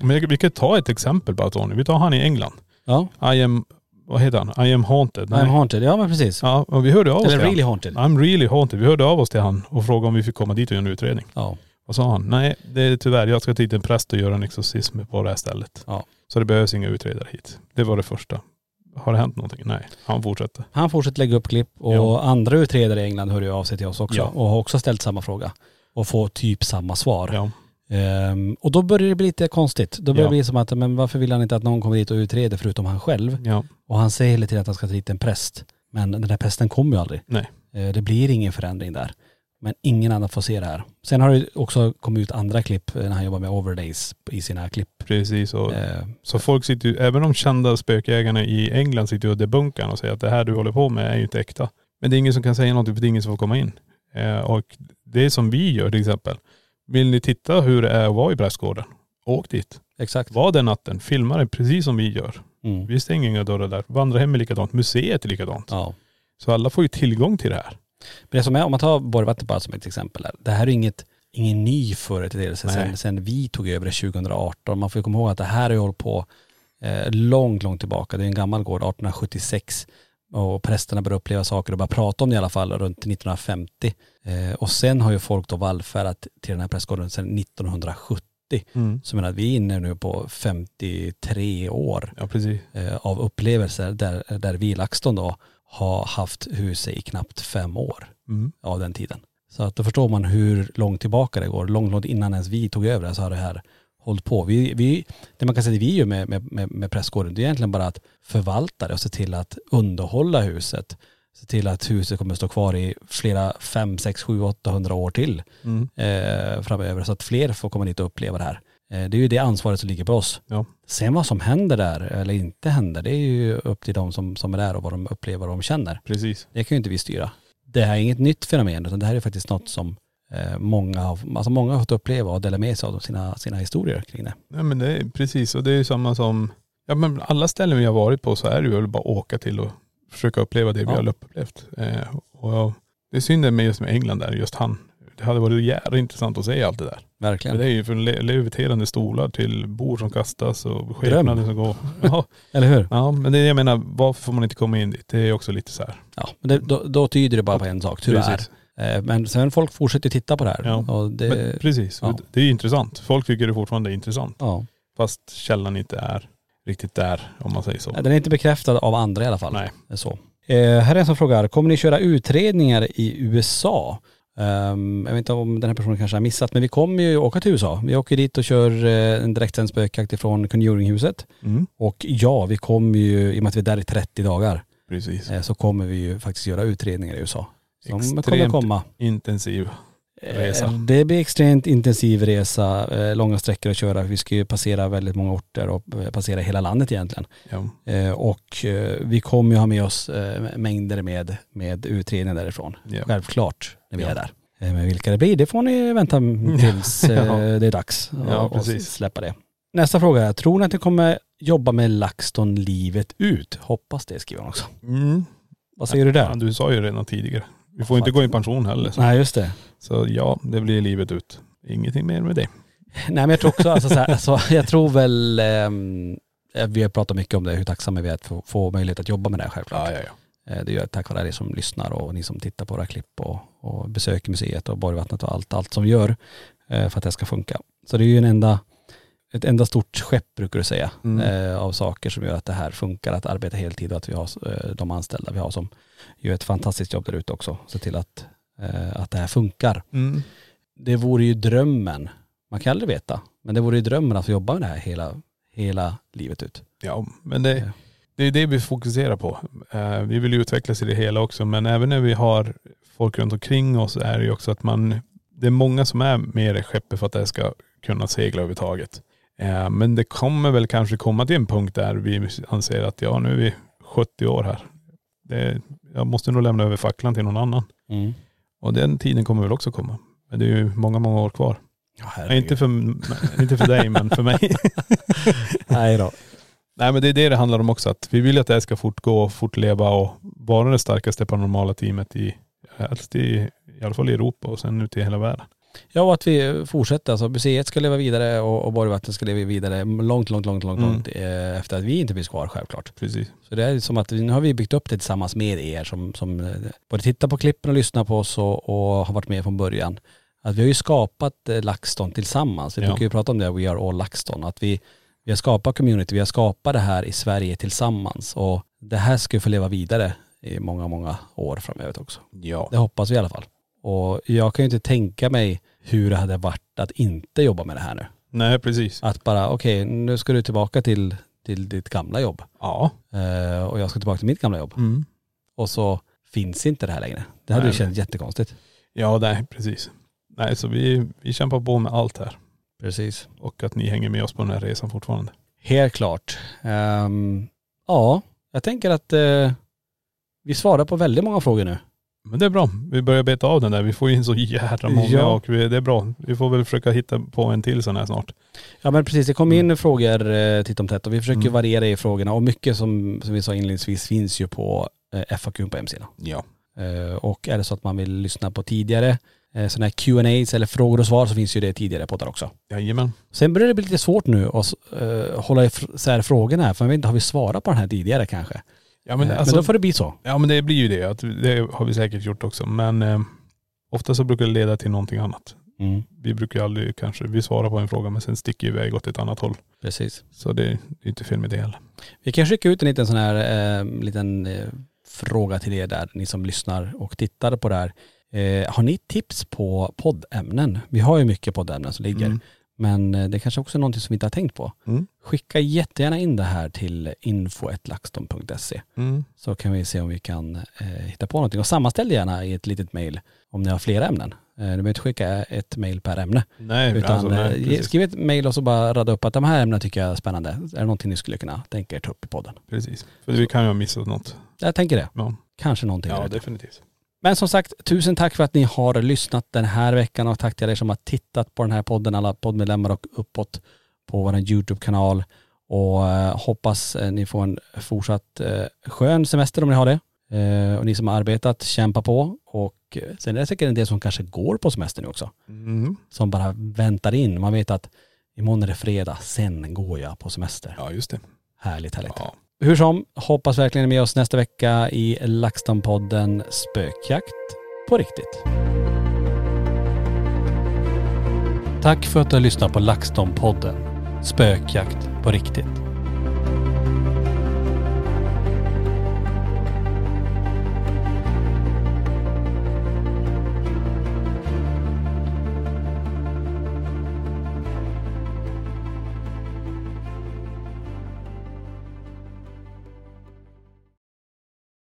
B: Men vi kan ta ett exempel bara Tony. Vi tar han i England.
A: Ja.
B: I am, vad heter han? I am haunted.
A: I'm haunted. Ja men precis.
B: Ja, och vi hörde av oss
A: Eller
B: till
A: really
B: han.
A: haunted.
B: I'm really haunted. Vi hörde av oss till han och frågade om vi fick komma dit och göra en utredning.
A: Ja.
B: Vad sa han? Nej, det är tyvärr, jag ska till en präst och göra en exorcism på det här stället.
A: Ja.
B: Så det behövs inga utredare hit. Det var det första. Har det hänt någonting? Nej. Han fortsätter.
A: Han fortsätter lägga upp klipp och
B: Ja.
A: andra utredare i England hör ju av sig till oss också
B: Ja.
A: och har också ställt samma fråga och får typ samma svar.
B: Ja.
A: Ehm, och då börjar det bli lite konstigt. Då börjar
B: Ja.
A: det bli som att, men varför vill han inte att någon kommer dit och utreder förutom han själv?
B: Ja.
A: Och han säger hela tiden att han ska ta dit en präst. Men den där prästen kommer ju aldrig.
B: Nej.
A: Eh, Det blir ingen förändring där. Men ingen annan får se det här. Sen har det också kommit ut andra klipp eh, när han jobbar med overlays i sina klipp.
B: Precis. Och,
A: Eh,
B: Så folk sitter ju, även de kända spökjägarna i England sitter ju och debunkar och säger att det här du håller på med är ju inte äkta. Men det är ingen som kan säga någonting för det är ingen som får komma in. Eh, och det är som vi gör till exempel. Vill ni titta hur det är att vara i prästgården? Åk dit.
A: Exakt.
B: Var den natten, filma det precis som vi gör.
A: Mm.
B: Vi stänger inga dörrar där. Vandrarhem är likadant, museet är likadant.
A: Ja.
B: Så alla får ju tillgång till det här.
A: Men det som är, om man tar Borgvatten bara som ett exempel här. Det här är inget, ingen ny företeelse sen,
B: Nej.
A: sen vi tog över det 2018. Man får ju komma ihåg att det här har ju hållit på eh, långt, långt tillbaka. Det är en gammal gård, 1876. Och prästerna började uppleva saker och bara prata om det i alla fall runt 1950. Eh, och sen har ju folk då vallfärdat till den här prästgården sedan 1970. Så jag menar, vi är inne nu på 53 år
B: Ja precis.
A: eh, av upplevelser där, där vi i LaxTon då har haft huset i knappt fem år
B: Mm.
A: av den tiden. Så att då förstår man hur långt tillbaka det går. Långt, långt innan ens vi tog över det så har det här hållit på. Vi, vi, det man kan säga att vi gör med, med, med, med prästgården, det är egentligen bara att förvalta det och se till att underhålla huset. Se till att huset kommer att stå kvar i flera, fem, sex, sju, åtta hundra år till
B: Mm.
A: eh, framöver så att fler får komma dit och uppleva det här. Eh, det är ju det ansvaret som ligger på oss.
B: Ja.
A: Sen vad som händer där eller inte händer, det är ju upp till de som, som är där och vad de upplever och vad de känner.
B: Precis.
A: Det kan ju inte vi styra. Det här är inget nytt fenomen utan det här är faktiskt något som eh, många, har, alltså många har fått uppleva och dela med sig av sina, sina historier kring det.
B: Nej men det är precis och det är ju samma som, ja men alla ställen vi har varit på så är det ju väl bara att åka till och försöka uppleva det vi
A: Ja.
B: har upplevt. Eh, och jag, det är synd med just med England där, just han. Det hade varit jävligt intressant att se allt det där.
A: Verkligen.
B: För det är ju från le- leviterande stolar till bord som kastas och skepnader som går. Ja,
A: Eller hur?
B: ja men det är det jag menar, varför får man inte komma in dit? Det är också lite så här.
A: Ja, men det, då, då tyder det bara på en sak, tyvärr.
B: Precis.
A: Eh, men sen folk fortsätter titta på det här.
B: Ja.
A: Och det,
B: Men precis,
A: ja.
B: det är ju intressant. Folk tycker det fortfarande är intressant.
A: ja.
B: Fast källan inte är riktigt där om man säger så.
A: Nej, Den är inte bekräftad av andra i alla fall.
B: Nej.
A: Det är Så. Eh, här är en som frågar, kommer ni köra utredningar i USA? Ehm, jag vet inte om den här personen kanske har missat, men vi kommer ju åka till USA. Vi åker dit och kör eh, en direktsänd spökjakt ifrån Conjuringhuset.
B: Mm.
A: Och ja, vi kommer ju, i och med att vi är där i 30 dagar,
B: Precis.
A: eh, så kommer vi ju faktiskt göra utredningar i USA. Som kommer
B: Extremt
A: komma. Eh,
B: intensiv. Resa.
A: Det blir extremt intensiv resa, eh, långa sträckor att köra. Vi ska ju passera väldigt många orter och eh, passera hela landet egentligen.
B: Ja.
A: Eh, Och eh, vi kommer ju ha med oss eh, mängder med, med utredningar därifrån.
B: Ja.
A: Självklart när vi
B: Ja.
A: är där. Eh, Men vilka det blir, det får ni vänta m- tills eh,
B: Ja.
A: det är dags att-
B: Ja,
A: att
B: precis.
A: släppa det. Nästa fråga är, tror ni att ni kommer jobba med LaxTon livet ut? Hoppas det skriver han också.
B: Mm.
A: Vad säger du
B: Ja,
A: där?
B: du sa ju redan tidigare. Vi får inte gå i pension heller. Så.
A: Nej just det.
B: så ja, det blir livet ut. Ingenting mer med det.
A: Nej men jag tror också, alltså, så här, alltså, jag tror väl, ehm, vi har pratat mycket om det, hur tacksamma vi är att få, få möjlighet att jobba med det här självklart.
B: Ja, ja, ja.
A: Eh, Det är ju tack vare er som lyssnar och ni som tittar på våra klipp och, och besöker museet och Borgvattnet och allt, allt som vi gör eh, för att det ska funka. Så det är ju en enda, ett enda stort skepp brukar du säga
B: Mm.
A: eh, av saker som gör att det här funkar att arbeta heltid och att vi har eh, de anställda vi har som gör ett fantastiskt jobb där ute också. Se till att, eh, att det här funkar.
B: Mm.
A: Det vore ju drömmen, man kan aldrig veta, men det vore ju drömmen att få jobba med det här hela, hela livet ut. Eh,
B: Ja, men det, det är det vi fokuserar på. Eh, vi vill ju utvecklas i det hela också, men även när vi har folk runt omkring oss är det ju också att man, det är många som är med i skeppet för att det ska kunna segla överhuvudtaget. Eh, men det kommer väl kanske komma till en punkt där vi anser att ja, nu är vi 70 år här. Det, jag måste nog lämna över facklan till någon annan.
A: Mm.
B: Och den tiden kommer väl också komma. Men det är ju många, många år kvar.
A: Ja,
B: Nej, inte, för, inte för dig, men för mig.
A: Nej då.
B: Nej men det är det det handlar om också. Att vi vill ju att det här ska fortgå och fortleva och vara det starkaste paranormala teamet i, eh, helst i, i alla fall i Europa och sen ut i hela världen.
A: Ja och att vi fortsätter, alltså museet ska leva vidare och, och Borgvattnet ska leva vidare långt, långt, långt, långt,
B: Mm.
A: långt eh, efter att vi inte blir kvar självklart.
B: Precis.
A: Så det är som att vi, nu har vi byggt upp det tillsammans med er som, som eh, både tittar på klippen och lyssnar på oss och, och har varit med från början. Att vi har ju skapat eh, LaxTon tillsammans. Vi
B: Ja.
A: brukar ju prata om det, We Are All LaxTon. Att vi, vi har skapat community, vi har skapat det här i Sverige tillsammans och det här ska ju få leva vidare i många, många år framöver också.
B: Ja.
A: Det hoppas vi i alla fall. Och jag kan ju inte tänka mig hur det hade varit att inte jobba med det här nu.
B: Nej precis.
A: Att bara, okej, nu ska du tillbaka till, till ditt gamla jobb
B: Ja.
A: eh, och jag ska tillbaka till mitt gamla jobb.
B: Mm.
A: Och så finns inte det här längre. Det hade ju
B: Nej.
A: känts jättekonstigt.
B: Ja nej precis. Nej så vi, vi kämpar på med allt här.
A: Precis.
B: Och att ni hänger med oss på den här resan fortfarande.
A: Helt klart. Ehm, ja, jag tänker att eh, vi svarar på väldigt många frågor nu.
B: Men det är bra. Vi börjar beta av den där. Vi får in så jädra många
A: Ja.
B: och vi, det är bra. Vi får väl försöka hitta på en till sån här snart.
A: Ja men precis, det kommer in frågor eh, titt om tätt och vi försöker
B: Mm.
A: variera i frågorna och mycket som, som vi sa inledningsvis finns ju på eh, FAQ på hemsidan.
B: Ja.
A: Eh, Och är det så att man vill lyssna på tidigare eh, sådana här Q&As eller frågor och svar så finns ju det i tidigare poddar också.
B: Jajamän.
A: Sen börjar det bli lite svårt nu att eh, hålla isär frågorna här för jag vet inte, har vi svarat på den här tidigare kanske? Eh,
B: Ja
A: Men,
B: men, alltså,
A: men då får det bli så.
B: Ja men det blir ju det. Att det har vi säkert gjort också. Men eh, ofta så brukar det leda till någonting annat. Vi brukar ju aldrig kanske, vi svarar på en fråga men sen sticker ju iväg åt ett annat håll.
A: Precis.
B: Så det, det är inte fel med det heller.
A: Vi kan skicka ut en liten sån här eh, liten eh, fråga till er där, ni som lyssnar och tittar på det här. Eh, har ni tips på poddämnen? Vi har ju mycket poddämnen som ligger,
B: Mm.
A: men eh, det kanske också är någonting som vi inte har tänkt på.
B: Mm.
A: Skicka jättegärna in det här till info.laxton.se
B: Mm.
A: så kan vi se om vi kan eh, hitta på någonting. Och sammanställ gärna i ett litet mejl om ni har flera ämnen. Eh, ni behöver inte skicka ett mejl per ämne.
B: Nej,
A: Utan
B: alltså, nej,
A: eh, ge-
B: precis.
A: skriv ett mejl och så bara radda upp att de här ämnena tycker jag är spännande. Är det någonting ni skulle kunna tänka er ta upp i podden?
B: precis. För vi kan ju ha missat något.
A: Jag tänker det.
B: Ja,
A: Kanske någonting.
B: ja
A: där ute.
B: definitivt.
A: Men som sagt, tusen tack för att ni har lyssnat den här veckan och tack till er som har tittat på den här podden, alla poddmedlemmar och uppåt på vår YouTube-kanal. Och eh, hoppas eh, ni får en fortsatt eh, skön semester om ni har det. Eh, och ni som har arbetat, kämpa på. Och eh, sen är det säkert en del som kanske går på semester nu också.
B: Mm.
A: Som bara väntar in. Man vet att imorgon är det fredag, sen går jag på semester.
B: Ja just det.
A: Härligt, härligt.
B: Ja.
A: Hur som, hoppas verkligen ni är med oss nästa vecka i LaxTon-podden Spökjakt på riktigt. Tack för att du har lyssnat på LaxTon-podden Spökjakt på riktigt.